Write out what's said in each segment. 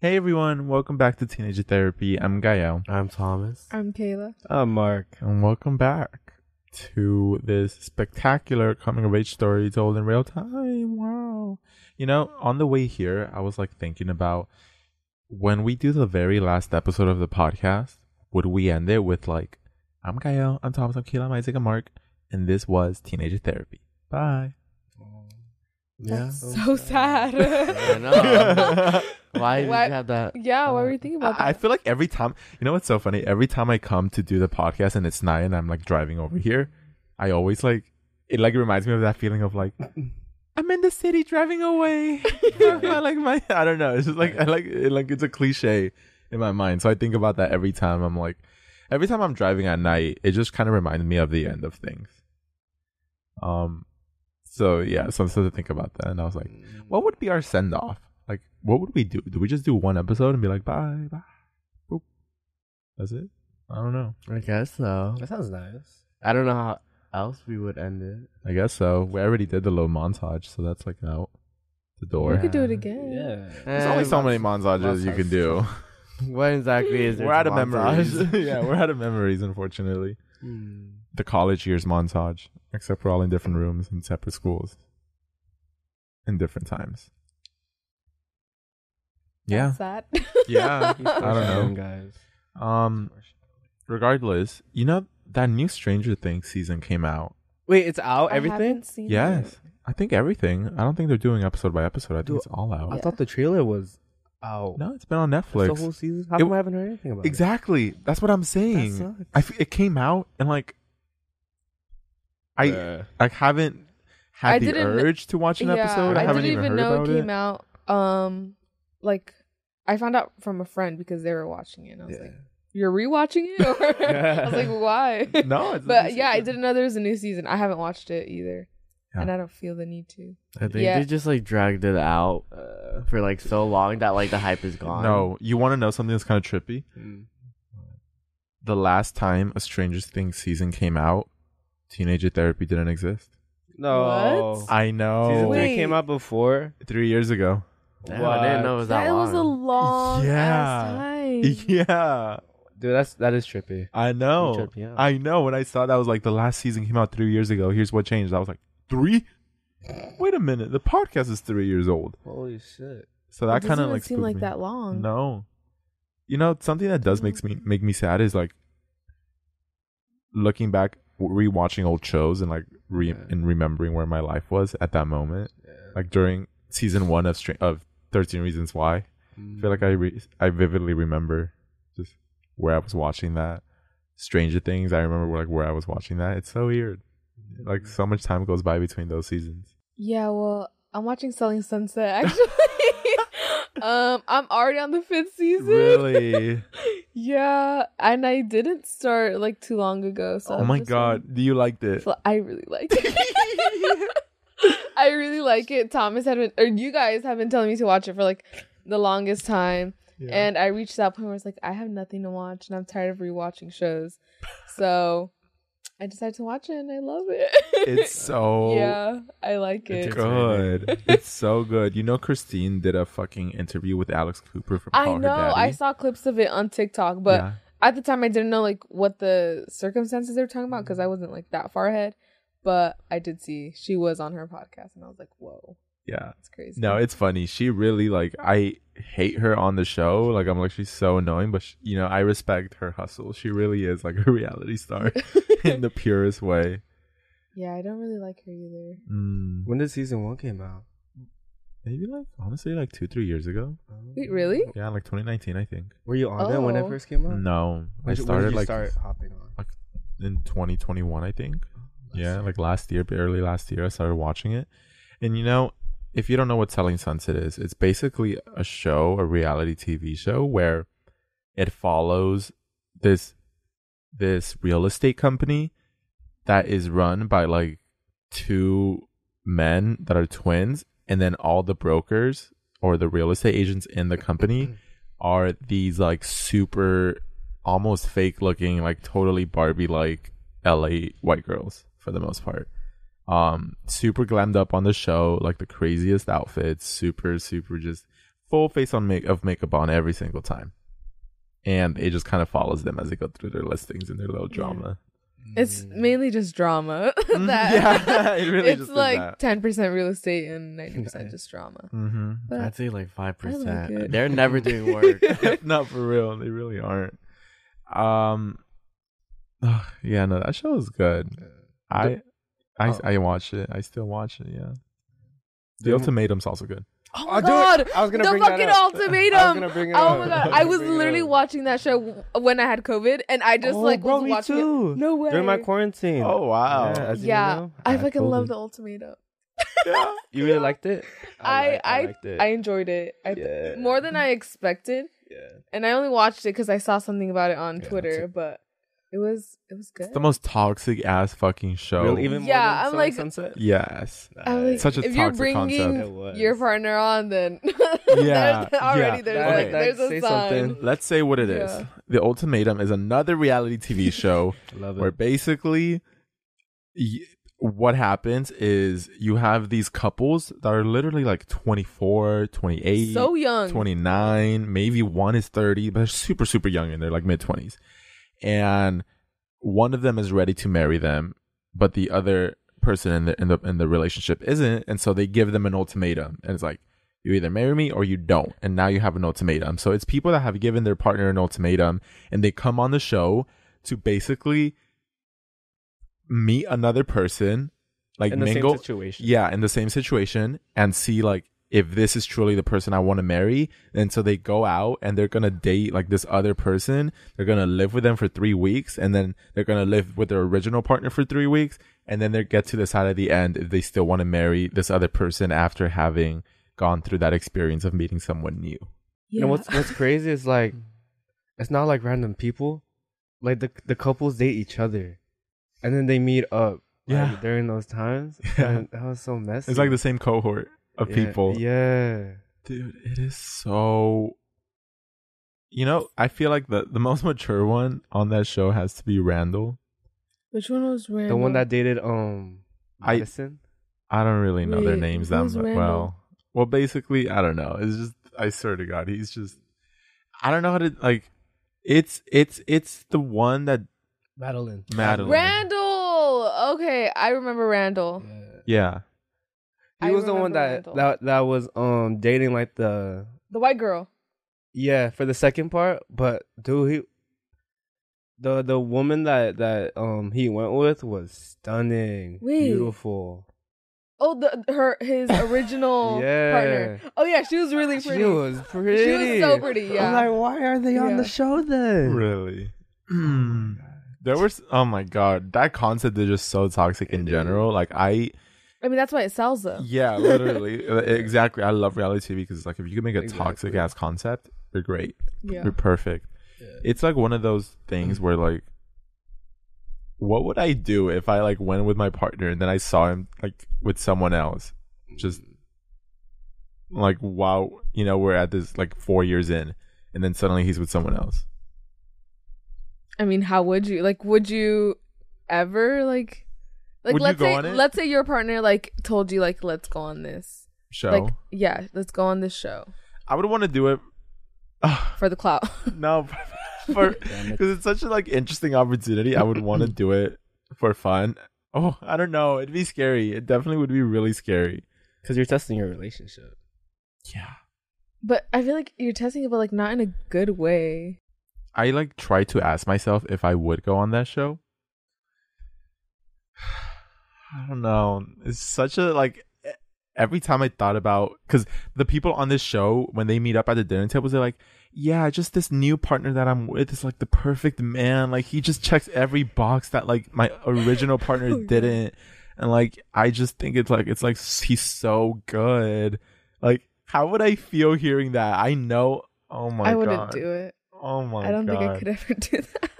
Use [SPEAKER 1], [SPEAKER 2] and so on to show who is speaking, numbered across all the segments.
[SPEAKER 1] Hey everyone, welcome back to Teenager Therapy. I'm Gael.
[SPEAKER 2] I'm Thomas.
[SPEAKER 3] I'm Kayla.
[SPEAKER 2] I'm Mark.
[SPEAKER 1] And welcome back to this spectacular coming of age story told in real time. Wow. You know, on the way here, I was like thinking about when we do the very last episode of the podcast, would we end it with like, I'm Gael, I'm Thomas, I'm Kayla, I'm Isaac, I'm Mark, and this was Teenager Therapy. Bye.
[SPEAKER 3] That's
[SPEAKER 1] Oh,
[SPEAKER 3] so sad.
[SPEAKER 2] I know. Why did
[SPEAKER 3] Why-
[SPEAKER 2] you have that?
[SPEAKER 3] yeah, why were you thinking about
[SPEAKER 1] I I
[SPEAKER 3] that?
[SPEAKER 1] feel like every time, you know what's so funny? Every time I come to do the podcast and it's night and I'm like driving over here, I always like it. Like reminds me of that feeling of like I'm in the city driving away. like my, I don't know. It's just like I like it, like it's a cliche in my mind. So I think about that every time. I'm like, every time I'm driving at night, it just kind of reminds me of the end of things. Um, so yeah, so I started to think about that, and I was like, what would be our send off? Like, what would we do? Do we just do one episode and be like, bye, bye? Boop. That's it? I don't know.
[SPEAKER 2] I guess so.
[SPEAKER 4] That sounds nice.
[SPEAKER 2] I don't know how else we would end it.
[SPEAKER 1] I guess so. We already did the little montage, so that's like out the door.
[SPEAKER 3] we could do it again.
[SPEAKER 4] Yeah.
[SPEAKER 1] There's only
[SPEAKER 2] Eh,
[SPEAKER 1] so many montages you can do.
[SPEAKER 2] What exactly is there?
[SPEAKER 1] We're out
[SPEAKER 2] to
[SPEAKER 1] of
[SPEAKER 2] montage?
[SPEAKER 1] memories. yeah, we're out of memories, unfortunately.
[SPEAKER 2] Hmm.
[SPEAKER 1] The college years montage, except we're all in different rooms in separate schools in different times. Yeah.
[SPEAKER 3] That's sad.
[SPEAKER 1] Yeah. I don't know.
[SPEAKER 4] Shame, guys.
[SPEAKER 1] Um, regardless, you know that new Stranger Things season came out.
[SPEAKER 4] Wait, it's out.
[SPEAKER 3] I
[SPEAKER 4] Everything.
[SPEAKER 3] haven't seen
[SPEAKER 1] Yes, I think everything. I don't think they're doing episode by episode. I think
[SPEAKER 4] Dude,
[SPEAKER 1] it's all out.
[SPEAKER 4] I thought the trailer was out.
[SPEAKER 1] No, it's been on
[SPEAKER 4] It's
[SPEAKER 1] Netflix.
[SPEAKER 4] the whole season. How
[SPEAKER 1] It-
[SPEAKER 4] come I haven't heard anything about
[SPEAKER 1] exactly. That's what I'm saying.
[SPEAKER 4] sucks.
[SPEAKER 1] I f- it came out and like, I
[SPEAKER 4] it? Uh,
[SPEAKER 1] I haven't had
[SPEAKER 3] I
[SPEAKER 1] the
[SPEAKER 3] didn't-
[SPEAKER 1] urge to watch
[SPEAKER 3] it.
[SPEAKER 1] an
[SPEAKER 3] Yeah,
[SPEAKER 1] episode. I,
[SPEAKER 3] I,
[SPEAKER 1] haven't
[SPEAKER 3] didn't
[SPEAKER 1] even heard
[SPEAKER 3] even know
[SPEAKER 1] about
[SPEAKER 3] it
[SPEAKER 1] it.
[SPEAKER 3] came out. Um, like I found out from a friend because they were watching it, and I was
[SPEAKER 4] Yeah.
[SPEAKER 3] like, "You're rewatching it?" Or I was like, "Why?"
[SPEAKER 1] No, it's a
[SPEAKER 3] but
[SPEAKER 1] new
[SPEAKER 3] yeah, I
[SPEAKER 1] season.
[SPEAKER 3] didn't know there was a new season. I haven't watched it either,
[SPEAKER 1] Yeah.
[SPEAKER 3] and I don't feel the need to.
[SPEAKER 2] I think
[SPEAKER 3] Yeah.
[SPEAKER 2] they just like dragged it out uh, for like so long that like the hype is gone.
[SPEAKER 1] No, you want to know something that's kind of trippy?
[SPEAKER 3] Hmm.
[SPEAKER 1] The last time a Stranger Things season came out, Teenager Therapy didn't exist.
[SPEAKER 4] No.
[SPEAKER 3] What?
[SPEAKER 1] I know.
[SPEAKER 4] Season three
[SPEAKER 3] Oh. Wait.
[SPEAKER 4] came out before.
[SPEAKER 1] Three years ago.
[SPEAKER 2] Damn, I didn't know it was that, long.
[SPEAKER 3] was a long
[SPEAKER 1] Yeah.
[SPEAKER 3] ass time.
[SPEAKER 1] Yeah,
[SPEAKER 4] Dude, that's that is trippy.
[SPEAKER 1] I know.
[SPEAKER 2] tripped me out.
[SPEAKER 1] I know. When I saw that, I was like, the last season came out three years ago. Here's what changed. I was like, three? Wait a minute. The podcast is three years old.
[SPEAKER 4] Holy shit.
[SPEAKER 1] So
[SPEAKER 3] It
[SPEAKER 1] that
[SPEAKER 3] doesn't
[SPEAKER 1] kind of
[SPEAKER 3] even
[SPEAKER 1] like
[SPEAKER 3] seem
[SPEAKER 1] spooked
[SPEAKER 3] like
[SPEAKER 1] me.
[SPEAKER 3] that long. Mm-hmm.
[SPEAKER 1] No, you know something that does makes me make me sad is like looking back, rewatching old shows and like re
[SPEAKER 4] Yeah.
[SPEAKER 1] and remembering where my life was at that moment, like during season one of Str- of Thirteen Reasons Why.
[SPEAKER 4] Hmm.
[SPEAKER 1] I feel like I re- I vividly remember just where I was watching that. Stranger Things, I remember like where I was watching that. It's so weird. Like so much time goes by between those seasons.
[SPEAKER 3] Yeah, well, I'm watching Selling Sunset actually. um, I'm already on the fifth season.
[SPEAKER 1] Really? Oh
[SPEAKER 3] Yeah, and I didn't start like too long ago. So
[SPEAKER 1] oh
[SPEAKER 3] I'm
[SPEAKER 1] my
[SPEAKER 3] just,
[SPEAKER 1] god, do you liked
[SPEAKER 3] like,
[SPEAKER 1] it?
[SPEAKER 3] fl- I really like it. I really like it. Thomas had been, or you guys have been telling me to watch it for like the longest time, and I reached that point where it's like I have nothing to watch, and I'm tired of rewatching shows, so I decided to watch it, and I love it.
[SPEAKER 1] It's so
[SPEAKER 3] yeah, I like
[SPEAKER 1] It's
[SPEAKER 3] it.
[SPEAKER 1] good. it's so good. You know, Christine did a fucking interview with Alex Cooper from
[SPEAKER 3] I
[SPEAKER 1] Call Her
[SPEAKER 3] know. I
[SPEAKER 1] Daddy?
[SPEAKER 3] saw clips of it on TikTok, but
[SPEAKER 1] Yeah.
[SPEAKER 3] at the time I didn't know like what the circumstances they were talking about because I wasn't like that far ahead. But I did see she was on her podcast, and I was like, "Whoa,
[SPEAKER 1] yeah.
[SPEAKER 3] that's crazy."
[SPEAKER 1] No, it's funny. She really like I hate her on the show. Like I'm like she's so annoying, but sh you know I respect her hustle. She really is like a reality star in the purest way.
[SPEAKER 3] yeah, I don't really like her either.
[SPEAKER 1] Mm,
[SPEAKER 4] When did season one came out?
[SPEAKER 1] maybe like honestly like two three years ago.
[SPEAKER 3] Wait, really?
[SPEAKER 1] Yeah, like 2019 I think.
[SPEAKER 4] Were you on that when it
[SPEAKER 3] Oh.
[SPEAKER 4] first came out?
[SPEAKER 1] No, I
[SPEAKER 4] When did, when
[SPEAKER 1] started
[SPEAKER 4] did you
[SPEAKER 1] like
[SPEAKER 4] start hopping on.
[SPEAKER 1] in 2021 I think. Yeah, like last year, early last year, I started watching it. And you know, if you don't know what Selling Sunset is, it's basically a show, a reality TV show where it follows this this real estate company that is run by like two men that are twins and then all the brokers or the real estate agents in the company are these like super almost fake looking like totally barbie like la white girls for the most part um super glammed up on the show like the craziest outfits super super just full face on make of makeup on every single time, and it just kind of follows them as they go through their listings and their little drama.
[SPEAKER 3] It's
[SPEAKER 4] Mm. Hmm.
[SPEAKER 3] mainly just drama.
[SPEAKER 1] Mhm.
[SPEAKER 3] that
[SPEAKER 1] Yeah, it really
[SPEAKER 3] it's
[SPEAKER 1] just is
[SPEAKER 3] like
[SPEAKER 1] that.
[SPEAKER 3] ten percent real estate and ninety percent just drama.
[SPEAKER 1] Mm-hmm.
[SPEAKER 3] But
[SPEAKER 2] I'd say like five
[SPEAKER 3] Oh
[SPEAKER 2] percent.
[SPEAKER 3] it.
[SPEAKER 2] They're never doing work.
[SPEAKER 1] Not for real. They really aren't. Um. ugh, yeah, no, that show was good. I, I,
[SPEAKER 4] Oh.
[SPEAKER 1] I watched it. I still watch it. Yeah. The
[SPEAKER 4] Yeah.
[SPEAKER 1] ultimatum's also good.
[SPEAKER 3] oh my
[SPEAKER 4] I'll do it.
[SPEAKER 3] god,
[SPEAKER 4] I was gonna
[SPEAKER 3] the
[SPEAKER 4] bring
[SPEAKER 3] fucking
[SPEAKER 4] that up. I was
[SPEAKER 3] ultimatum.
[SPEAKER 4] gonna bring it
[SPEAKER 3] Oh
[SPEAKER 4] up.
[SPEAKER 3] my god,
[SPEAKER 4] was
[SPEAKER 3] I
[SPEAKER 4] gonna
[SPEAKER 3] was
[SPEAKER 4] bring it
[SPEAKER 3] literally
[SPEAKER 4] up.
[SPEAKER 3] watching that show w- when I had COVID, and I just
[SPEAKER 4] Oh,
[SPEAKER 3] like
[SPEAKER 4] bro,
[SPEAKER 3] was
[SPEAKER 4] me
[SPEAKER 3] watching it.
[SPEAKER 4] too.
[SPEAKER 3] No way.
[SPEAKER 4] during my quarantine.
[SPEAKER 1] Oh. wow.
[SPEAKER 4] Yeah, as you
[SPEAKER 3] yeah,
[SPEAKER 4] know,
[SPEAKER 3] I
[SPEAKER 4] had
[SPEAKER 3] fucking love
[SPEAKER 4] COVID.
[SPEAKER 3] the ultimatum.
[SPEAKER 2] You really liked it?
[SPEAKER 3] I-
[SPEAKER 2] like-
[SPEAKER 3] I-
[SPEAKER 2] liked it.
[SPEAKER 3] I enjoyed it. I th-
[SPEAKER 2] yeah.
[SPEAKER 3] more than I expected,
[SPEAKER 2] Yeah.
[SPEAKER 3] and I only watched it because I saw something about it on
[SPEAKER 2] that's
[SPEAKER 3] Twitter. But it was it was good.
[SPEAKER 1] It's the most toxic ass fucking show.
[SPEAKER 2] Really, even
[SPEAKER 3] Yeah, I'm
[SPEAKER 2] more than Selling
[SPEAKER 3] like-
[SPEAKER 2] Sunset?
[SPEAKER 1] yes.
[SPEAKER 3] I was like,
[SPEAKER 1] Such a
[SPEAKER 3] if you're
[SPEAKER 1] toxic
[SPEAKER 3] bringing
[SPEAKER 1] concept.
[SPEAKER 2] It was.
[SPEAKER 3] your partner on, then
[SPEAKER 1] Yeah,
[SPEAKER 3] there's- already
[SPEAKER 1] yeah. That-
[SPEAKER 3] there's like
[SPEAKER 4] that-
[SPEAKER 3] there's a
[SPEAKER 4] say
[SPEAKER 3] sign.
[SPEAKER 4] something.
[SPEAKER 1] Let's say what it is.
[SPEAKER 3] Yeah.
[SPEAKER 1] The ultimatum is another reality TV show
[SPEAKER 4] Love
[SPEAKER 1] where basically y- what happens is you have these couples that are literally like 24 28
[SPEAKER 3] So young.
[SPEAKER 1] 29 maybe one is 30 but they're super super young and they're like mid-20s and one of them is ready to marry them but the other person in the in the in the relationship isn't and so they give them an ultimatum and it's like you either marry me or you don't and now you have an ultimatum so it's people that have given their partner an ultimatum and they come on the show to basically meet another person like
[SPEAKER 2] in the
[SPEAKER 1] mingle
[SPEAKER 2] same situation.
[SPEAKER 1] yeah, in the same situation and see like if this is truly the person I want to marry. And so they go out and they're gonna date like this other person. They're gonna live with them for three weeks and then they're gonna live with their original partner for three weeks and then they get to decide at the end if they still want to marry this other person after having gone through that experience of meeting someone new.
[SPEAKER 3] Yeah.
[SPEAKER 4] And what's what's crazy is like,
[SPEAKER 1] Mm.
[SPEAKER 4] it's not like random people, like the the couples date each other, and then they meet up. like,
[SPEAKER 1] Yeah.
[SPEAKER 4] during those times,
[SPEAKER 1] Yeah.
[SPEAKER 4] and that was so messy.
[SPEAKER 1] It's like the same cohort of
[SPEAKER 4] Yeah,
[SPEAKER 1] people.
[SPEAKER 4] Yeah,
[SPEAKER 1] Dude, it is so. You know, I feel like the, the most mature one on that show has to be Randall.
[SPEAKER 3] Which one was random?
[SPEAKER 4] the one that dated um,
[SPEAKER 1] I-
[SPEAKER 4] Madison.
[SPEAKER 1] I don't really know their
[SPEAKER 3] Wait,
[SPEAKER 1] names that
[SPEAKER 3] who's
[SPEAKER 1] mu-
[SPEAKER 3] Randall?
[SPEAKER 1] well. Well, basically, I don't know. It's just I swear to God, he's just I don't know how to like. It's it's it's the one that
[SPEAKER 4] Madeline.
[SPEAKER 1] Madeline.
[SPEAKER 3] Randall. Okay, I remember Randall.
[SPEAKER 1] yeah
[SPEAKER 4] He
[SPEAKER 3] I
[SPEAKER 4] was the one
[SPEAKER 3] remember
[SPEAKER 4] that,
[SPEAKER 3] Randall.
[SPEAKER 4] that that was um dating like the
[SPEAKER 3] The white girl.
[SPEAKER 4] yeah for the second part, but dude, he the the woman that that um he went with was stunning,
[SPEAKER 3] Wait.
[SPEAKER 4] beautiful.
[SPEAKER 3] Oh, the her his original
[SPEAKER 4] Yeah.
[SPEAKER 3] partner. Oh yeah, she was really pretty.
[SPEAKER 4] She was pretty.
[SPEAKER 3] so pretty, yeah.
[SPEAKER 4] I'm like, why are they on
[SPEAKER 3] Yeah.
[SPEAKER 4] the show
[SPEAKER 3] Hmm.
[SPEAKER 4] then?
[SPEAKER 1] really. There was oh my god that concept is just so toxic in general. Like I
[SPEAKER 3] I mean, that's why it sells though.
[SPEAKER 1] yeah literally Uh, exactly. I love reality TV because it's like if you can make a toxic
[SPEAKER 4] Exactly.
[SPEAKER 1] ass concept, you're great.
[SPEAKER 3] Yeah.
[SPEAKER 1] You're perfect. It's like one of those things where like what would I do if I like went with my partner and then I saw him like with someone else? Just like wow, you know, we're at this like 4 years in and then suddenly he's with someone else.
[SPEAKER 3] I mean, how would you like? Would you ever like? Like
[SPEAKER 1] Would you
[SPEAKER 3] let's
[SPEAKER 1] go
[SPEAKER 3] say
[SPEAKER 1] on it?
[SPEAKER 3] let's say your partner like told you like let's go on this
[SPEAKER 1] Show.
[SPEAKER 3] like yeah let's go on this show
[SPEAKER 1] I would want to do it
[SPEAKER 3] for the clout.
[SPEAKER 1] no for cuz it's such a like interesting opportunity. I would want to do it for fun. Oh, I don't know. It'd be scary. It definitely would be really scary.
[SPEAKER 4] Because you're testing your relationship.
[SPEAKER 1] Yeah.
[SPEAKER 3] but I feel like you're testing it, but like not in a good way.
[SPEAKER 1] I like try to ask myself if I would go on that show. I don't know. It's such a like e- every time I thought about because the people on this show when they meet up at the dinner tables, they're like, "Yeah, just this new partner that I'm with is like the perfect man. Like he just checks every box that like my original partner
[SPEAKER 3] Oh, yeah.
[SPEAKER 1] didn't." And like I just think it's like it's like s- he's so good. Like how would I feel hearing that? I know. Oh my
[SPEAKER 3] I
[SPEAKER 1] god.
[SPEAKER 3] wouldn't do it.
[SPEAKER 1] Oh my god.
[SPEAKER 3] I don't think I could ever do that.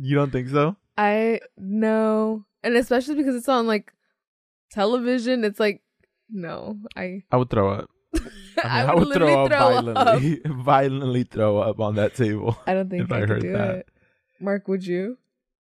[SPEAKER 1] You don't think so?
[SPEAKER 3] I no, and especially because it's on like television. It's like no, I
[SPEAKER 1] I would throw up.
[SPEAKER 3] I, would, literally throw, up.
[SPEAKER 1] violently. violently throw up on that table.
[SPEAKER 3] I don't think
[SPEAKER 1] if
[SPEAKER 3] I,
[SPEAKER 1] I
[SPEAKER 3] could
[SPEAKER 1] heard
[SPEAKER 3] do
[SPEAKER 1] that.
[SPEAKER 3] it. Mark, would you?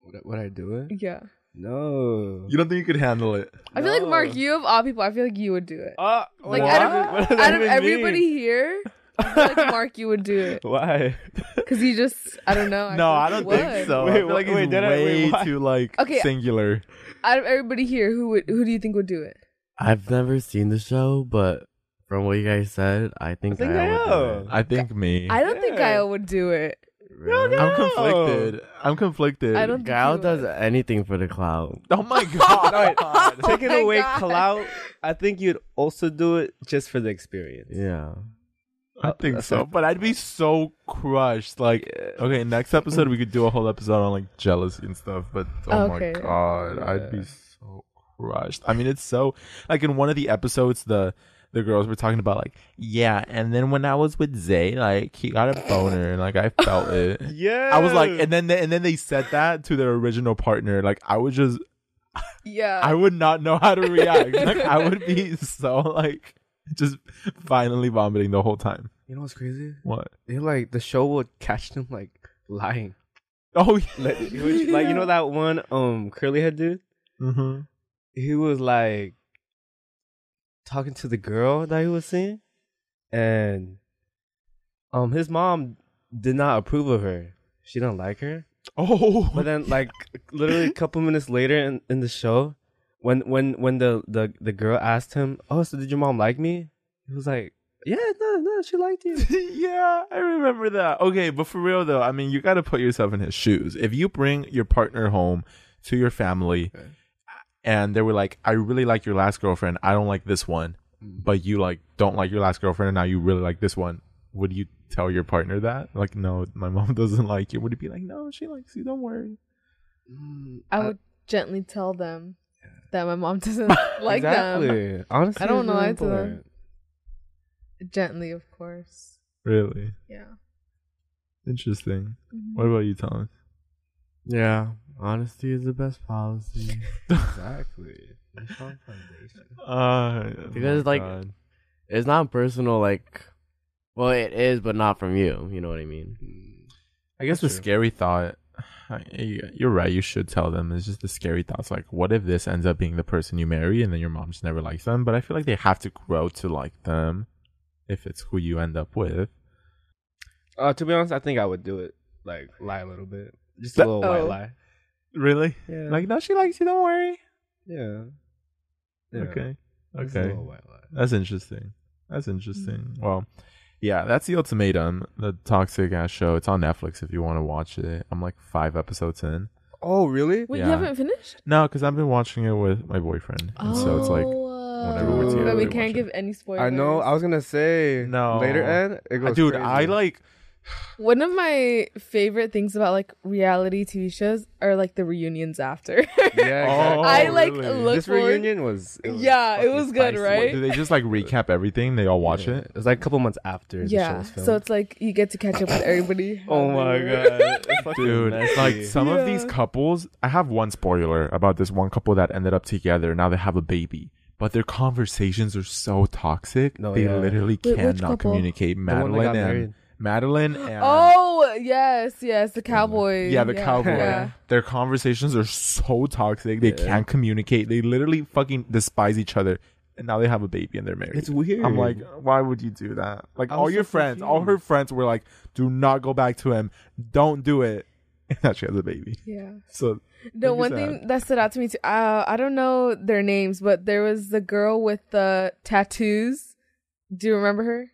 [SPEAKER 4] Would I, would I do it?
[SPEAKER 3] Yeah,
[SPEAKER 4] No.
[SPEAKER 1] You don't think you could handle it?
[SPEAKER 3] I feel like Mark,
[SPEAKER 4] No.
[SPEAKER 3] you of all people, I feel like you would do it.
[SPEAKER 4] Uh,
[SPEAKER 3] Like,
[SPEAKER 4] what?
[SPEAKER 3] out of-
[SPEAKER 4] What does that
[SPEAKER 3] Out
[SPEAKER 4] even
[SPEAKER 3] of
[SPEAKER 4] mean?
[SPEAKER 3] everybody here, I feel like Mark, you would do it
[SPEAKER 4] Why?
[SPEAKER 3] because he just I don't know.
[SPEAKER 1] no,
[SPEAKER 3] I feel
[SPEAKER 1] I
[SPEAKER 3] like
[SPEAKER 1] don't
[SPEAKER 3] he
[SPEAKER 1] think
[SPEAKER 3] would.
[SPEAKER 1] so. I
[SPEAKER 4] Wait,
[SPEAKER 1] feel like
[SPEAKER 4] wait,
[SPEAKER 1] it's
[SPEAKER 4] did I-
[SPEAKER 1] way
[SPEAKER 4] wait, why?
[SPEAKER 1] too like
[SPEAKER 3] Okay.
[SPEAKER 1] singular.
[SPEAKER 3] Out of everybody here, who would who do you think would do it?
[SPEAKER 2] I've never seen the show, but from what you guys said, I think,
[SPEAKER 4] think
[SPEAKER 2] I
[SPEAKER 4] I
[SPEAKER 2] would do
[SPEAKER 4] am.
[SPEAKER 2] it.
[SPEAKER 1] I think me.
[SPEAKER 3] I don't think
[SPEAKER 4] Yeah.
[SPEAKER 3] Gael would do it.
[SPEAKER 2] Really?
[SPEAKER 1] I'm
[SPEAKER 4] No.
[SPEAKER 1] conflicted. I'm conflicted.
[SPEAKER 3] I don't.
[SPEAKER 2] Kyle
[SPEAKER 3] think he would.
[SPEAKER 2] does anything for the clout.
[SPEAKER 1] Oh my god!
[SPEAKER 3] Oh
[SPEAKER 4] Taking
[SPEAKER 3] my
[SPEAKER 4] away
[SPEAKER 3] God.
[SPEAKER 4] clout, I think you'd also do it just for the experience.
[SPEAKER 2] Yeah.
[SPEAKER 1] I think
[SPEAKER 4] Oh, That's
[SPEAKER 1] so,
[SPEAKER 4] it.
[SPEAKER 1] but I'd be so crushed. Like, okay, next episode we could do a whole episode on like jealousy and stuff. But oh
[SPEAKER 3] Okay.
[SPEAKER 1] my god, I'd be
[SPEAKER 4] Yeah.
[SPEAKER 1] so crushed. I mean, it's so like in one of the episodes, the the girls were talking about like, yeah, and then when I was with Zay, like he got a boner, and like I felt it.
[SPEAKER 4] Yeah.
[SPEAKER 1] I was like, and then they, and then they said that to their original partner. Like I was just,
[SPEAKER 3] Yeah.
[SPEAKER 4] Uh.
[SPEAKER 1] I would not know how to react. like I would be so like just finally vomiting the whole time.
[SPEAKER 4] you know what's crazy?
[SPEAKER 1] What?
[SPEAKER 4] They like the show would catch them like lying.
[SPEAKER 1] Oh
[SPEAKER 4] Like, it was- like, you know that one um curly head dude?
[SPEAKER 1] Mm-hmm.
[SPEAKER 4] He was like talking to the girl that he was seeing, and um his mom did not approve of her. She didn't like her.
[SPEAKER 1] Oh,
[SPEAKER 4] But then, like literally a couple minutes later in, in the show, when when when the, the the girl asked him, "Oh, so did your mom like me?" He was like, "Yeah, no, no, she liked you."
[SPEAKER 1] yeah, I remember that. Okay, but for real though, I mean, you got to put yourself in his shoes. If you bring your partner home to your family, and they were like, "I really like your last girlfriend. I don't like this one," but you like don't like your last girlfriend, and now you really like this one. Would you tell your partner that? Like, no, my mom doesn't like you. Would it be like, no, she likes you. Don't worry.
[SPEAKER 3] I would gently tell them that my mom doesn't like them.
[SPEAKER 4] exactly. Honestly,
[SPEAKER 3] I don't
[SPEAKER 4] it's
[SPEAKER 3] know,
[SPEAKER 4] really
[SPEAKER 3] I told him.
[SPEAKER 4] important.
[SPEAKER 3] Gently, of course.
[SPEAKER 1] Really
[SPEAKER 3] Yeah.
[SPEAKER 1] interesting.
[SPEAKER 3] Mhm.
[SPEAKER 1] What about you, Thomas?
[SPEAKER 2] Yeah. Honesty is the best policy.
[SPEAKER 4] Exactly. A strong foundation.
[SPEAKER 1] Uh,
[SPEAKER 2] Because, like, it's not personal, like, well, it is, but not from you. You know what I mean?
[SPEAKER 1] I guess the
[SPEAKER 4] That's true.
[SPEAKER 1] scary thought. I- you- You're right. You should tell them. It's just the scary thoughts. Like, what if this ends up being the person you marry, and then your mom just never likes them? But I feel like they have to grow to like them, if it's who you end up with.
[SPEAKER 4] Uh, to be honest, I think I would do it. Like lie a little bit, just
[SPEAKER 1] That-
[SPEAKER 4] a little
[SPEAKER 3] Oh.
[SPEAKER 4] white lie.
[SPEAKER 1] Really?
[SPEAKER 4] Yeah.
[SPEAKER 1] Like, no, she likes you. Don't worry.
[SPEAKER 4] yeah. Yeah.
[SPEAKER 1] Okay.
[SPEAKER 4] Just a
[SPEAKER 1] Okay.
[SPEAKER 4] little white lie.
[SPEAKER 1] That's interesting. That's
[SPEAKER 4] Mm.
[SPEAKER 1] interesting. Well, yeah, that's the ultimatum. The toxic ass show. It's on Netflix if you want to watch it. I'm like five episodes in.
[SPEAKER 4] Oh really?
[SPEAKER 3] Wait,
[SPEAKER 1] Yeah.
[SPEAKER 3] you haven't finished?
[SPEAKER 1] No, because I've been watching it with my boyfriend, and so it's like whenever
[SPEAKER 4] we're
[SPEAKER 3] Oh.
[SPEAKER 4] together,
[SPEAKER 3] But we
[SPEAKER 4] we
[SPEAKER 1] watch
[SPEAKER 3] can't
[SPEAKER 1] it.
[SPEAKER 3] give any spoilers.
[SPEAKER 4] I know. I was gonna say
[SPEAKER 1] No.
[SPEAKER 4] later, and it goes
[SPEAKER 1] dude, I
[SPEAKER 4] crazy.
[SPEAKER 1] like
[SPEAKER 3] One of my favorite things about like reality TV shows are like the reunions after.
[SPEAKER 4] Yeah, exactly.
[SPEAKER 1] Oh,
[SPEAKER 3] I like
[SPEAKER 1] really?
[SPEAKER 3] look
[SPEAKER 4] this
[SPEAKER 3] forward-
[SPEAKER 4] reunion was, it was
[SPEAKER 3] yeah, it
[SPEAKER 4] fucking
[SPEAKER 3] was good,
[SPEAKER 4] spicy.
[SPEAKER 1] Do they
[SPEAKER 3] right?
[SPEAKER 1] just like recap everything? They all watch
[SPEAKER 4] Yeah.
[SPEAKER 1] it.
[SPEAKER 4] It was like a couple months after. the show
[SPEAKER 3] Yeah.
[SPEAKER 4] was filmed.
[SPEAKER 3] So it's like you get to catch up with everybody.
[SPEAKER 4] oh my god, It's fucking
[SPEAKER 1] Dude,
[SPEAKER 4] messy.
[SPEAKER 1] like some of these
[SPEAKER 3] Yeah.
[SPEAKER 1] couples, I have one spoiler about this one couple that ended up together. Now they have a baby, but their conversations are so toxic.
[SPEAKER 4] No,
[SPEAKER 1] they
[SPEAKER 4] Oh, yeah.
[SPEAKER 1] literally
[SPEAKER 3] Wait, which
[SPEAKER 1] cannot
[SPEAKER 3] couple?
[SPEAKER 1] communicate.
[SPEAKER 4] The one that got
[SPEAKER 1] Madeline and
[SPEAKER 4] married.
[SPEAKER 1] Madeline and
[SPEAKER 3] Oh yes, yes, the cowboy.
[SPEAKER 1] yeah, the cowboy.
[SPEAKER 3] Yeah.
[SPEAKER 1] Their conversations are so toxic. They
[SPEAKER 4] Yeah.
[SPEAKER 1] can't communicate. They literally fucking despise each other. And now they have a baby and they're married.
[SPEAKER 4] It's weird.
[SPEAKER 1] I'm like, why would you do that? Like
[SPEAKER 4] I
[SPEAKER 1] all
[SPEAKER 4] was
[SPEAKER 1] your
[SPEAKER 4] so
[SPEAKER 1] friends, all her friends were like, do not go back to him. Don't do it. And now she has a baby.
[SPEAKER 3] yeah.
[SPEAKER 1] So
[SPEAKER 3] The
[SPEAKER 1] Maybe
[SPEAKER 3] one
[SPEAKER 1] sad.
[SPEAKER 3] thing that stood out to me too, uh, I don't know their names, but there was the girl with the tattoos. Do you remember her?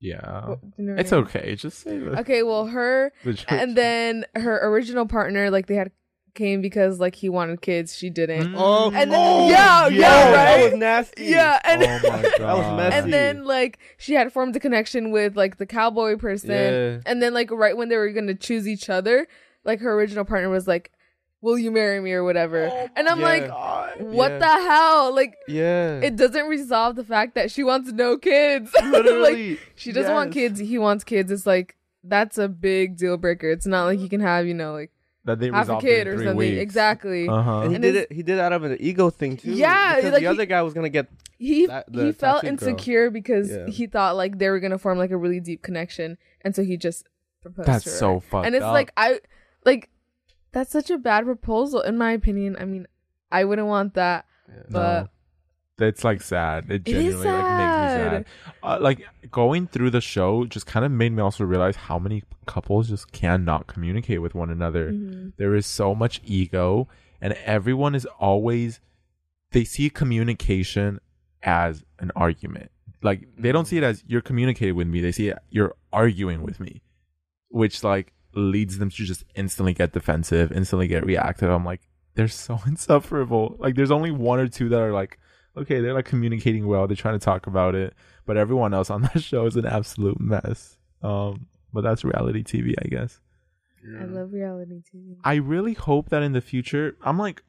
[SPEAKER 1] yeah.
[SPEAKER 3] What- do you know her
[SPEAKER 1] Oh. It's
[SPEAKER 3] name?
[SPEAKER 1] okay. Just say the,
[SPEAKER 3] Okay, well, her
[SPEAKER 1] the truth.
[SPEAKER 3] and then her original partner, like they had came because like he wanted kids, she didn't.
[SPEAKER 4] oh,
[SPEAKER 3] And then
[SPEAKER 1] Mm. Oh,
[SPEAKER 3] yeah,
[SPEAKER 1] yeah,
[SPEAKER 3] yeah, right.
[SPEAKER 4] that was nasty.
[SPEAKER 3] yeah, and
[SPEAKER 1] oh my god.
[SPEAKER 4] That was messy.
[SPEAKER 3] and then like she had formed a connection with like the cowboy person,
[SPEAKER 4] Yeah.
[SPEAKER 3] and then like right when they were gonna choose each other, like her original partner was like, "Will you marry me?" or whatever,
[SPEAKER 4] Oh
[SPEAKER 3] and I'm
[SPEAKER 4] yeah.
[SPEAKER 3] like,
[SPEAKER 1] God.
[SPEAKER 3] "What
[SPEAKER 4] Yeah.
[SPEAKER 3] the hell?" Like
[SPEAKER 4] yeah.
[SPEAKER 3] it doesn't resolve the fact that she wants no kids. like
[SPEAKER 1] Literally.
[SPEAKER 3] she doesn't want
[SPEAKER 1] yes.
[SPEAKER 3] kids, he wants kids. It's like that's a big deal breaker. It's not like you can have, you know, like
[SPEAKER 1] That they
[SPEAKER 3] half a
[SPEAKER 1] resolved
[SPEAKER 3] kid
[SPEAKER 1] in
[SPEAKER 3] or
[SPEAKER 1] three
[SPEAKER 3] something.
[SPEAKER 1] weeks.
[SPEAKER 3] Exactly.
[SPEAKER 1] Uh-huh.
[SPEAKER 4] and he
[SPEAKER 3] And
[SPEAKER 4] did
[SPEAKER 3] it's-
[SPEAKER 4] it. He did it out of an ego thing too.
[SPEAKER 3] Yeah,
[SPEAKER 4] because
[SPEAKER 3] like
[SPEAKER 4] the
[SPEAKER 3] he-
[SPEAKER 4] other guy was gonna get.
[SPEAKER 3] He
[SPEAKER 4] That- the
[SPEAKER 3] he felt
[SPEAKER 4] tattoo girl.
[SPEAKER 3] insecure because
[SPEAKER 4] Yeah.
[SPEAKER 3] he thought like they were gonna form like a really deep connection, and so he just proposed.
[SPEAKER 1] That's
[SPEAKER 3] to her.
[SPEAKER 1] so fucked
[SPEAKER 3] And it's
[SPEAKER 1] up.
[SPEAKER 3] like I like that's such a bad proposal in my opinion. I mean, I wouldn't want that,
[SPEAKER 4] Yeah.
[SPEAKER 3] but
[SPEAKER 1] It's like sad. It
[SPEAKER 3] It is
[SPEAKER 1] genuinely like makes me sad. Uh, like going through the show just kind of made me also realize how many couples just cannot communicate with one another.
[SPEAKER 3] Mm-hmm.
[SPEAKER 1] There is so much ego, and everyone is always they see communication as an argument. Like they don't see it as you're communicating with me. They see it, you're arguing with me, which like leads them to just instantly get defensive, instantly get reactive. I'm like, they're so insufferable. Like there's only one or two that are like, okay, they're like communicating well. They're trying to talk about it, but everyone else on that show is an absolute mess. Um, but that's reality TV, I guess.
[SPEAKER 3] I love reality TV.
[SPEAKER 1] I really hope that in the future, I'm like,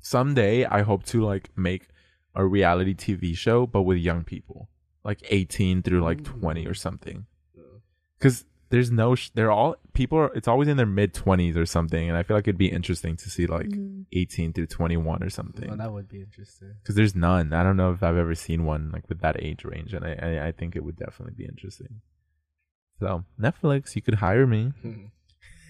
[SPEAKER 1] someday I hope to like make a reality TV show, but with young people, like 18 through like 20 or something. Because there's no, sh- they're all people are, it's always in their mid 20s or something. And I feel like it'd be interesting to see like 18 through 21 or something.
[SPEAKER 4] Oh,
[SPEAKER 1] Because
[SPEAKER 4] that would be interesting.
[SPEAKER 1] there's none. I don't know if I've ever seen one like with that age range. And I, I, I think it would definitely be interesting. So, Netflix, you could hire me.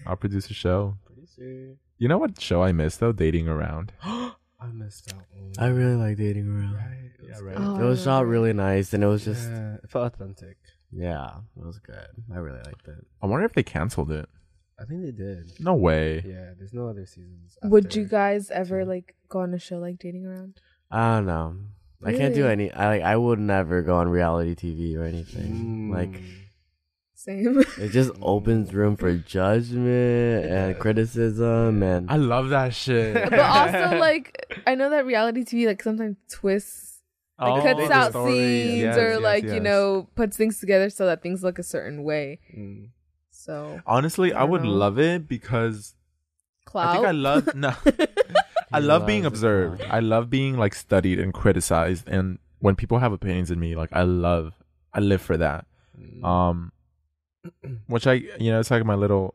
[SPEAKER 1] I'll produce a show.
[SPEAKER 4] Pretty soon.
[SPEAKER 1] You know what show I miss though? Dating around.
[SPEAKER 4] I missed that one.
[SPEAKER 2] I really like dating around.
[SPEAKER 4] Right? Yeah, right.
[SPEAKER 3] Oh,
[SPEAKER 2] It was shot really nice, and it was just
[SPEAKER 4] yeah, it felt authentic.
[SPEAKER 2] yeah, it was good. I really liked it.
[SPEAKER 1] I wonder if they canceled it.
[SPEAKER 4] I think they did.
[SPEAKER 1] No way.
[SPEAKER 4] Yeah, there's no other seasons.
[SPEAKER 3] Would
[SPEAKER 4] after.
[SPEAKER 3] you guys ever like go on a show like Dating Around?
[SPEAKER 2] I don't know. I can't do
[SPEAKER 3] Really?
[SPEAKER 2] any. I like. I would never go on reality TV or anything.
[SPEAKER 4] Mm.
[SPEAKER 2] Like
[SPEAKER 3] Same.
[SPEAKER 2] it just opens room for judgment and criticism and
[SPEAKER 1] I love that shit.
[SPEAKER 3] but also like I know that reality TV like sometimes twists
[SPEAKER 1] Oh,
[SPEAKER 3] like cuts
[SPEAKER 1] the
[SPEAKER 3] out
[SPEAKER 1] stories.
[SPEAKER 3] scenes
[SPEAKER 1] Yes,
[SPEAKER 3] or
[SPEAKER 1] yes,
[SPEAKER 3] like you
[SPEAKER 1] yes.
[SPEAKER 3] know puts things together so that things look a certain way.
[SPEAKER 4] Mm.
[SPEAKER 3] So
[SPEAKER 1] Honestly, I
[SPEAKER 3] don't
[SPEAKER 1] would
[SPEAKER 3] know.
[SPEAKER 1] love it because
[SPEAKER 3] clout.
[SPEAKER 1] I think I love no. I
[SPEAKER 2] He
[SPEAKER 1] love being
[SPEAKER 2] loves it,
[SPEAKER 1] observed.
[SPEAKER 2] huh?
[SPEAKER 1] I love being like studied and criticized. And when people have opinions in me, like I love, I live for that.
[SPEAKER 2] Mm.
[SPEAKER 1] Um, which I, you know, it's like my little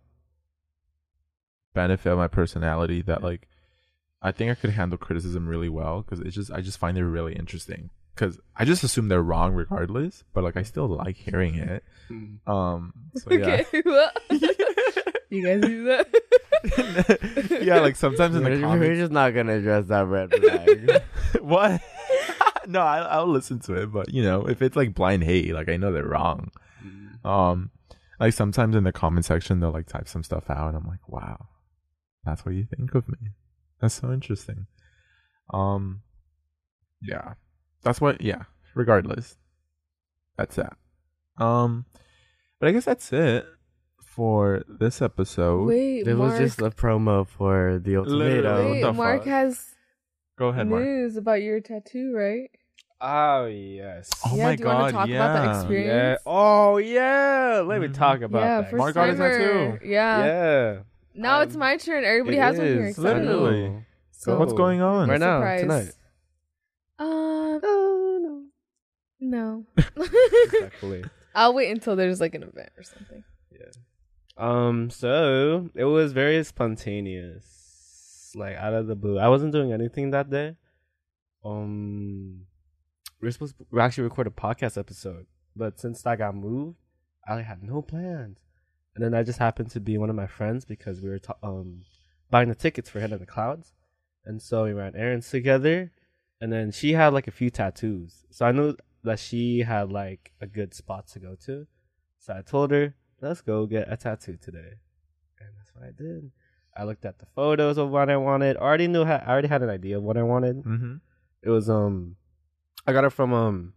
[SPEAKER 1] benefit of my personality that like I think I could handle criticism really well because it's just I just find it really interesting because I just assume they're wrong regardless, but like I still like hearing it.
[SPEAKER 2] Mm.
[SPEAKER 1] Um, so yeah.
[SPEAKER 3] okay. you guys do that.
[SPEAKER 1] yeah, like sometimes in
[SPEAKER 2] we're,
[SPEAKER 1] the
[SPEAKER 2] ju-
[SPEAKER 1] comments,
[SPEAKER 2] we're just not gonna address that red flag.
[SPEAKER 1] what? no, I, I'll listen to it, but you know, if it's like blind hate, like I know they're wrong.
[SPEAKER 4] Mm.
[SPEAKER 1] Um, like sometimes in the comment section, they'll like type some stuff out, and I'm like, wow, that's what you think of me. That's so interesting. Um, yeah, that's what. Yeah, regardless, that's that. Um, but I guess that's it for this episode.
[SPEAKER 3] Wait,
[SPEAKER 2] there
[SPEAKER 3] Mark,
[SPEAKER 2] was just a promo for the
[SPEAKER 1] Literally.
[SPEAKER 2] ultimatum.
[SPEAKER 1] uh, the
[SPEAKER 3] wait, Mark
[SPEAKER 1] fuck?
[SPEAKER 3] has
[SPEAKER 1] Go ahead, Mark.
[SPEAKER 3] news about your tattoo, right?
[SPEAKER 4] Oh yes.
[SPEAKER 1] Oh
[SPEAKER 3] yeah,
[SPEAKER 1] my
[SPEAKER 3] do you wanna
[SPEAKER 1] God,
[SPEAKER 3] talk about
[SPEAKER 1] yeah.
[SPEAKER 3] that experience?
[SPEAKER 4] yeah. Oh yeah. Let
[SPEAKER 1] Mhm.
[SPEAKER 4] me talk about
[SPEAKER 3] yeah,
[SPEAKER 4] that.
[SPEAKER 3] first
[SPEAKER 1] Mark got his
[SPEAKER 3] timer.
[SPEAKER 1] tattoo.
[SPEAKER 3] Yeah.
[SPEAKER 4] Yeah.
[SPEAKER 3] Now it's
[SPEAKER 4] I'm-
[SPEAKER 3] my turn. Everybody
[SPEAKER 4] It
[SPEAKER 3] has one here.
[SPEAKER 4] is.
[SPEAKER 3] except me.
[SPEAKER 1] Literally.
[SPEAKER 3] So
[SPEAKER 1] What's going on?
[SPEAKER 4] Right now,
[SPEAKER 3] Surprise.
[SPEAKER 4] tonight.
[SPEAKER 3] Um, no.
[SPEAKER 4] Exactly.
[SPEAKER 3] I'll wait until there's like an event or something.
[SPEAKER 4] Um, so it was very spontaneous, like out of the blue. I wasn't doing anything that day. Um, we are supposed to we actually record a podcast episode, but since I got moved, I had no plans. And then I just happened to be one of my friends because we were ta- um buying the tickets for Head in the Clouds, and so we ran errands together. And then she had like a few tattoos, so I knew that she had like a good spot to go to. So I told her, let's go get a tattoo today. And that's what I did. I looked at the photos of what I wanted. I already knew how, I already had an idea of what I wanted.
[SPEAKER 1] Mm-hmm.
[SPEAKER 4] It was um I got it from um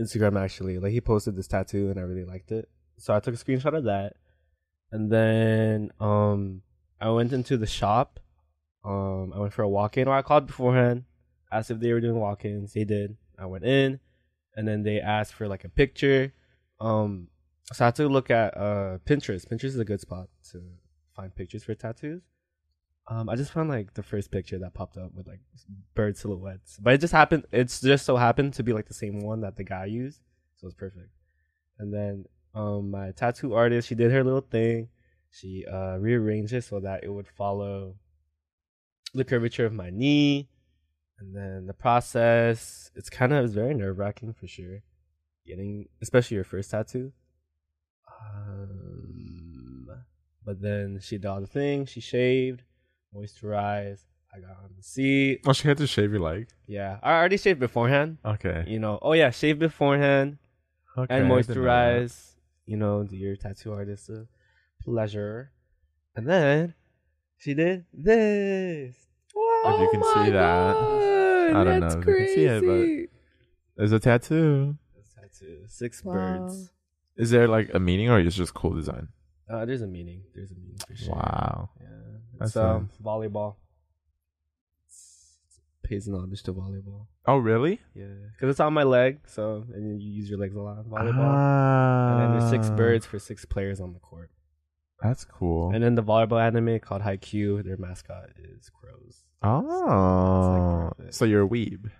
[SPEAKER 4] Instagram actually. Like he posted this tattoo and I really liked it. So I took a screenshot of that. And then um I went into the shop. Um I went for a walk in or I called beforehand, asked if they were doing walk ins. They did. I went in and then they asked for like a picture. Um so I took a look at uh Pinterest. Pinterest is a good spot to find pictures for tattoos. Um, I just found like the first picture that popped up with like bird silhouettes, but it just happened. It's just so happened to be like the same one that the guy used, so it's perfect. And then um, my tattoo artist, she did her little thing. She uh, rearranged it so that it would follow the curvature of my knee, and then the process. It's kind of it's very nerve wracking for sure, getting especially your first tattoo. Um, but then she did all the thing. She shaved moisturize. I got on the seat.
[SPEAKER 1] Oh, she had to shave your leg.
[SPEAKER 4] Yeah, I already shaved beforehand.
[SPEAKER 1] Okay.
[SPEAKER 4] You know, oh yeah, shave beforehand
[SPEAKER 1] okay.
[SPEAKER 4] and
[SPEAKER 1] I didn't know that.
[SPEAKER 4] moisturize. You know, do your tattoo artist a pleasure, and then she did this.
[SPEAKER 1] If Oh you
[SPEAKER 3] Oh
[SPEAKER 1] can see that. I don't know if you can see it, but- There's a tattoo.
[SPEAKER 4] This tattoo, six
[SPEAKER 3] Wow.
[SPEAKER 4] birds.
[SPEAKER 1] Is there like a meaning or is it just cool design?
[SPEAKER 4] Uh, there's a meaning. There's a meaning for sure.
[SPEAKER 1] Wow.
[SPEAKER 4] Yeah,
[SPEAKER 1] That's
[SPEAKER 4] it's um, volleyball. It's, it pays an homage to volleyball.
[SPEAKER 1] Oh, really?
[SPEAKER 4] Yeah, because it's on my leg, so and you use your legs a lot in volleyball.
[SPEAKER 1] Ah,
[SPEAKER 4] and then there's six birds for six players on the court.
[SPEAKER 1] That's cool.
[SPEAKER 4] And then the volleyball anime called Haikyuu, their mascot is crows.
[SPEAKER 1] oh,
[SPEAKER 4] it's like
[SPEAKER 1] so you're a weeb.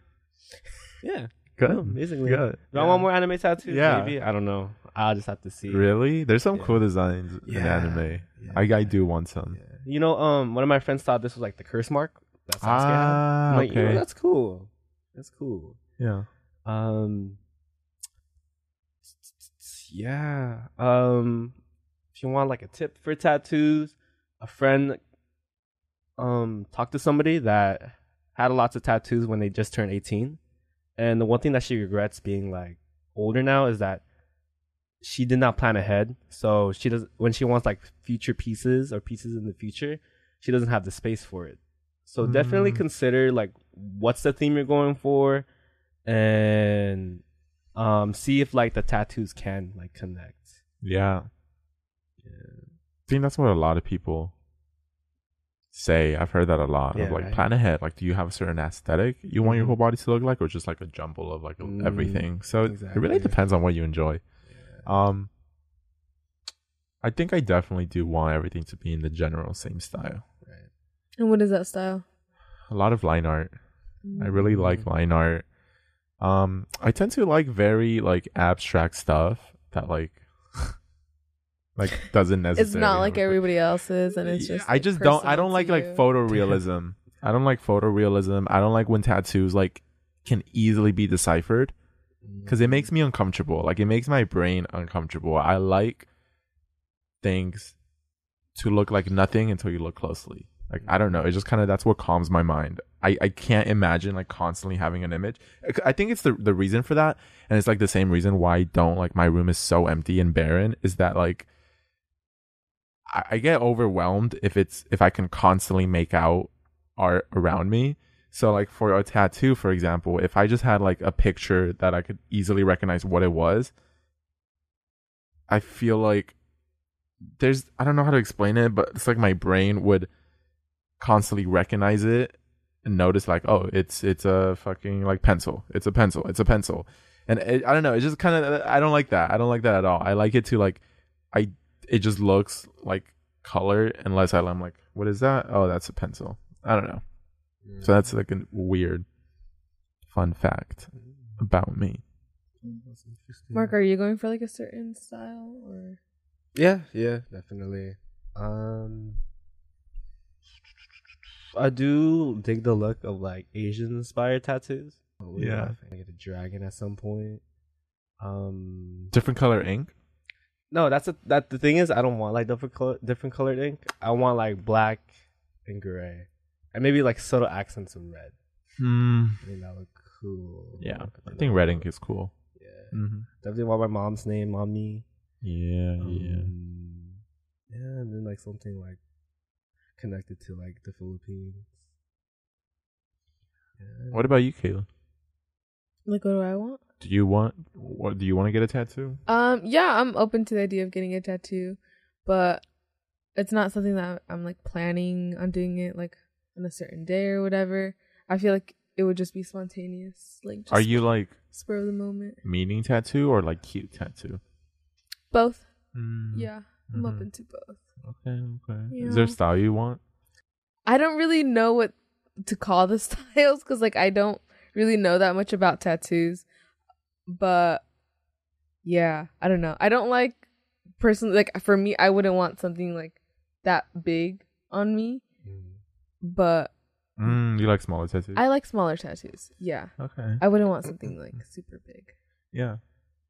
[SPEAKER 4] Yeah,
[SPEAKER 1] Good.
[SPEAKER 4] no, amazingly. Do
[SPEAKER 1] Good.
[SPEAKER 4] I want more anime tattoos?
[SPEAKER 1] Yeah.
[SPEAKER 4] maybe I don't know. I'll just have to see.
[SPEAKER 1] Really? There's some
[SPEAKER 4] Yeah.
[SPEAKER 1] cool designs in
[SPEAKER 4] Yeah.
[SPEAKER 1] anime.
[SPEAKER 4] Yeah.
[SPEAKER 1] I, I do want some.
[SPEAKER 4] You know, um, one of my friends thought this was like the curse mark. That's ah,
[SPEAKER 1] Ah,
[SPEAKER 4] like, you know,
[SPEAKER 1] okay.
[SPEAKER 4] that's cool. That's cool.
[SPEAKER 1] yeah.
[SPEAKER 4] Um, yeah. Um, if you want like a tip for tattoos, a friend, um, talked to somebody that had lots of tattoos when they just turned eighteen, and the one thing that she regrets being like older now is that she did not plan ahead. So she does when she wants like future pieces or pieces in the future, she doesn't have the space for it. So definitely
[SPEAKER 1] Mm.
[SPEAKER 4] consider like what's the theme you're going for and um see if like the tattoos can like connect.
[SPEAKER 1] Yeah. I think that's what a lot of people say. I've heard that a lot.
[SPEAKER 4] Yeah,
[SPEAKER 1] of like
[SPEAKER 4] right.
[SPEAKER 1] plan ahead. Like, do you have a certain aesthetic you want your
[SPEAKER 4] Mhm.
[SPEAKER 1] whole body to look like, or just like a jumble of like
[SPEAKER 4] Mm,
[SPEAKER 1] everything? So it- it really
[SPEAKER 4] exactly.
[SPEAKER 1] depends on what you enjoy. Um, I think I definitely do want everything to be in the general same style.
[SPEAKER 3] And what is that style?
[SPEAKER 1] A lot of line art. I really like
[SPEAKER 3] Mm.
[SPEAKER 4] Mhm.
[SPEAKER 1] line art. Um, I tend to like very like abstract stuff that like like doesn't necessarily.
[SPEAKER 3] It's not like
[SPEAKER 1] have a-
[SPEAKER 3] everybody else's, and it's
[SPEAKER 1] Yeah,
[SPEAKER 3] just.
[SPEAKER 1] I
[SPEAKER 3] like,
[SPEAKER 1] just don't. I
[SPEAKER 3] personal
[SPEAKER 1] don't
[SPEAKER 3] to
[SPEAKER 1] like
[SPEAKER 3] you.
[SPEAKER 1] like photorealism. I don't like photorealism. I don't like when tattoos like can easily be deciphered because it makes me
[SPEAKER 3] Mm.
[SPEAKER 1] uncomfortable. Like it makes my brain uncomfortable. I like things to look like nothing until you look closely. Like I don't know. It's just kind of that's what calms my mind. I, I can't imagine like constantly having an image. I- I think it's the the reason for that, and it's like the same reason why I don't like my room is so empty and barren. Is that like I, I get overwhelmed if it's if I can constantly make out art around me. So like for a tattoo, for example, if I just had like a picture that I could easily recognize what it was, I feel like there's I don't know how to explain it, but it's like my brain would constantly recognize it and notice like, oh, it's it's a fucking like pencil. It's a pencil. It's a pencil. And it, I don't know. It's just kind of I don't like that. I don't like that at all. I like it to like I it just looks like color unless I, I'm like, what is that? Oh, that's a pencil. I don't know. So that's like a weird fun fact about me.
[SPEAKER 3] Mark, are you going for like a certain style or?
[SPEAKER 4] Yeah, yeah, definitely. Um I do dig the look of like Asian inspired tattoos. Oh,
[SPEAKER 1] Yeah.
[SPEAKER 4] I get a dragon at some point. Um
[SPEAKER 1] Different color ink.
[SPEAKER 4] No, that's a, that. The thing is, I don't want like different color, different colored ink. I want like black and gray, and maybe like subtle accents of red.
[SPEAKER 1] Hmm.
[SPEAKER 4] I think that would look cool.
[SPEAKER 1] Yeah, I
[SPEAKER 4] that
[SPEAKER 1] think
[SPEAKER 4] would
[SPEAKER 1] red
[SPEAKER 4] look-
[SPEAKER 1] ink is cool.
[SPEAKER 4] Yeah,
[SPEAKER 1] Mm-hmm.
[SPEAKER 4] definitely want my mom's name on me.
[SPEAKER 1] Yeah,
[SPEAKER 4] Um, yeah, and then like something like connected to like the Philippines. Yeah.
[SPEAKER 1] What about you, Kayla?
[SPEAKER 3] Like, what do I want?
[SPEAKER 1] Do you want? What do you want to get a tattoo?
[SPEAKER 3] Um, yeah, I'm open to the idea of getting a tattoo, but it's not something that I'm like planning on doing it like on a certain day or whatever. I feel like it would just be spontaneous, like just
[SPEAKER 1] Are you like
[SPEAKER 3] spur of the moment.
[SPEAKER 1] meaning tattoo or like cute tattoo?
[SPEAKER 3] Both, yeah, I'm
[SPEAKER 1] mhm.
[SPEAKER 3] open to both.
[SPEAKER 1] Okay. Okay. Is
[SPEAKER 3] Yeah.
[SPEAKER 1] there a style you want?
[SPEAKER 3] I don't really know what to call the styles because like I don't really know that much about tattoos, but yeah, I don't know. I don't like personally like for me, I wouldn't want something like that big on me. but
[SPEAKER 1] Mm, you like smaller tattoos?
[SPEAKER 3] I like smaller tattoos. Yeah.
[SPEAKER 1] okay.
[SPEAKER 3] I wouldn't want something like super big.
[SPEAKER 1] yeah.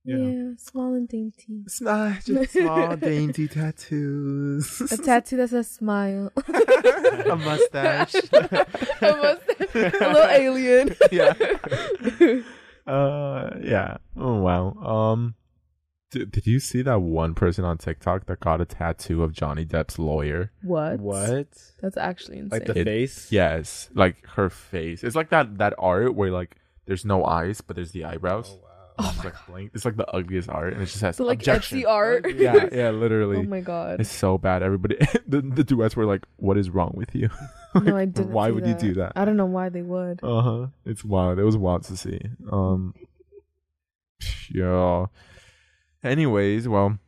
[SPEAKER 3] Yeah, small and dainty.
[SPEAKER 1] It's not just small, dainty tattoos.
[SPEAKER 3] A tattoo that says smile.
[SPEAKER 1] A mustache.
[SPEAKER 3] a mustache. A little alien.
[SPEAKER 1] yeah. Uh, yeah. Oh wow. Um, did, did you see that one person on TikTok that got a tattoo of Johnny Depp's lawyer?
[SPEAKER 3] What?
[SPEAKER 4] What?
[SPEAKER 3] That's actually insane.
[SPEAKER 4] Like the
[SPEAKER 1] It-
[SPEAKER 4] face?
[SPEAKER 1] Yes, like her face. It's like that that art where like there's no eyes, but there's the eyebrows.
[SPEAKER 3] Oh
[SPEAKER 4] wow.
[SPEAKER 1] it's like blank. It's like the ugliest art, and it just has
[SPEAKER 3] so like
[SPEAKER 1] objection.
[SPEAKER 3] Etsy art.
[SPEAKER 1] Yeah, yeah,
[SPEAKER 3] oh
[SPEAKER 1] literally.
[SPEAKER 3] my god.
[SPEAKER 1] it's so bad. Everybody, the, the duets were like, "What is wrong with you?"
[SPEAKER 3] No, I didn't.
[SPEAKER 1] Why
[SPEAKER 3] see
[SPEAKER 1] would you do that?
[SPEAKER 3] I don't know why they would.
[SPEAKER 1] Uh huh. It's wild. It was wild to see. Um. Yeah. Anyways, well,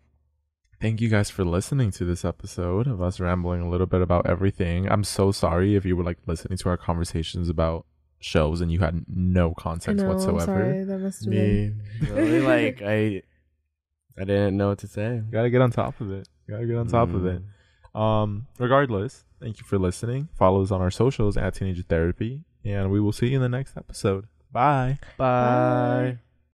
[SPEAKER 1] thank you guys for listening to this episode of us rambling a little bit about everything. I'm so sorry if you were like listening to our conversations about shows and you had no
[SPEAKER 3] I
[SPEAKER 1] context
[SPEAKER 3] know. I'm
[SPEAKER 1] whatsoever.
[SPEAKER 3] sorry. That must have been.
[SPEAKER 2] Me, really, like I, I didn't know what to say.
[SPEAKER 1] You gotta get on top of it. You gotta get on top of it.
[SPEAKER 2] Mm.
[SPEAKER 1] Um. Regardless, thank you for listening. Follow us on our socials at Teenager Therapy, and we will see you in the next episode. Bye.
[SPEAKER 3] Bye.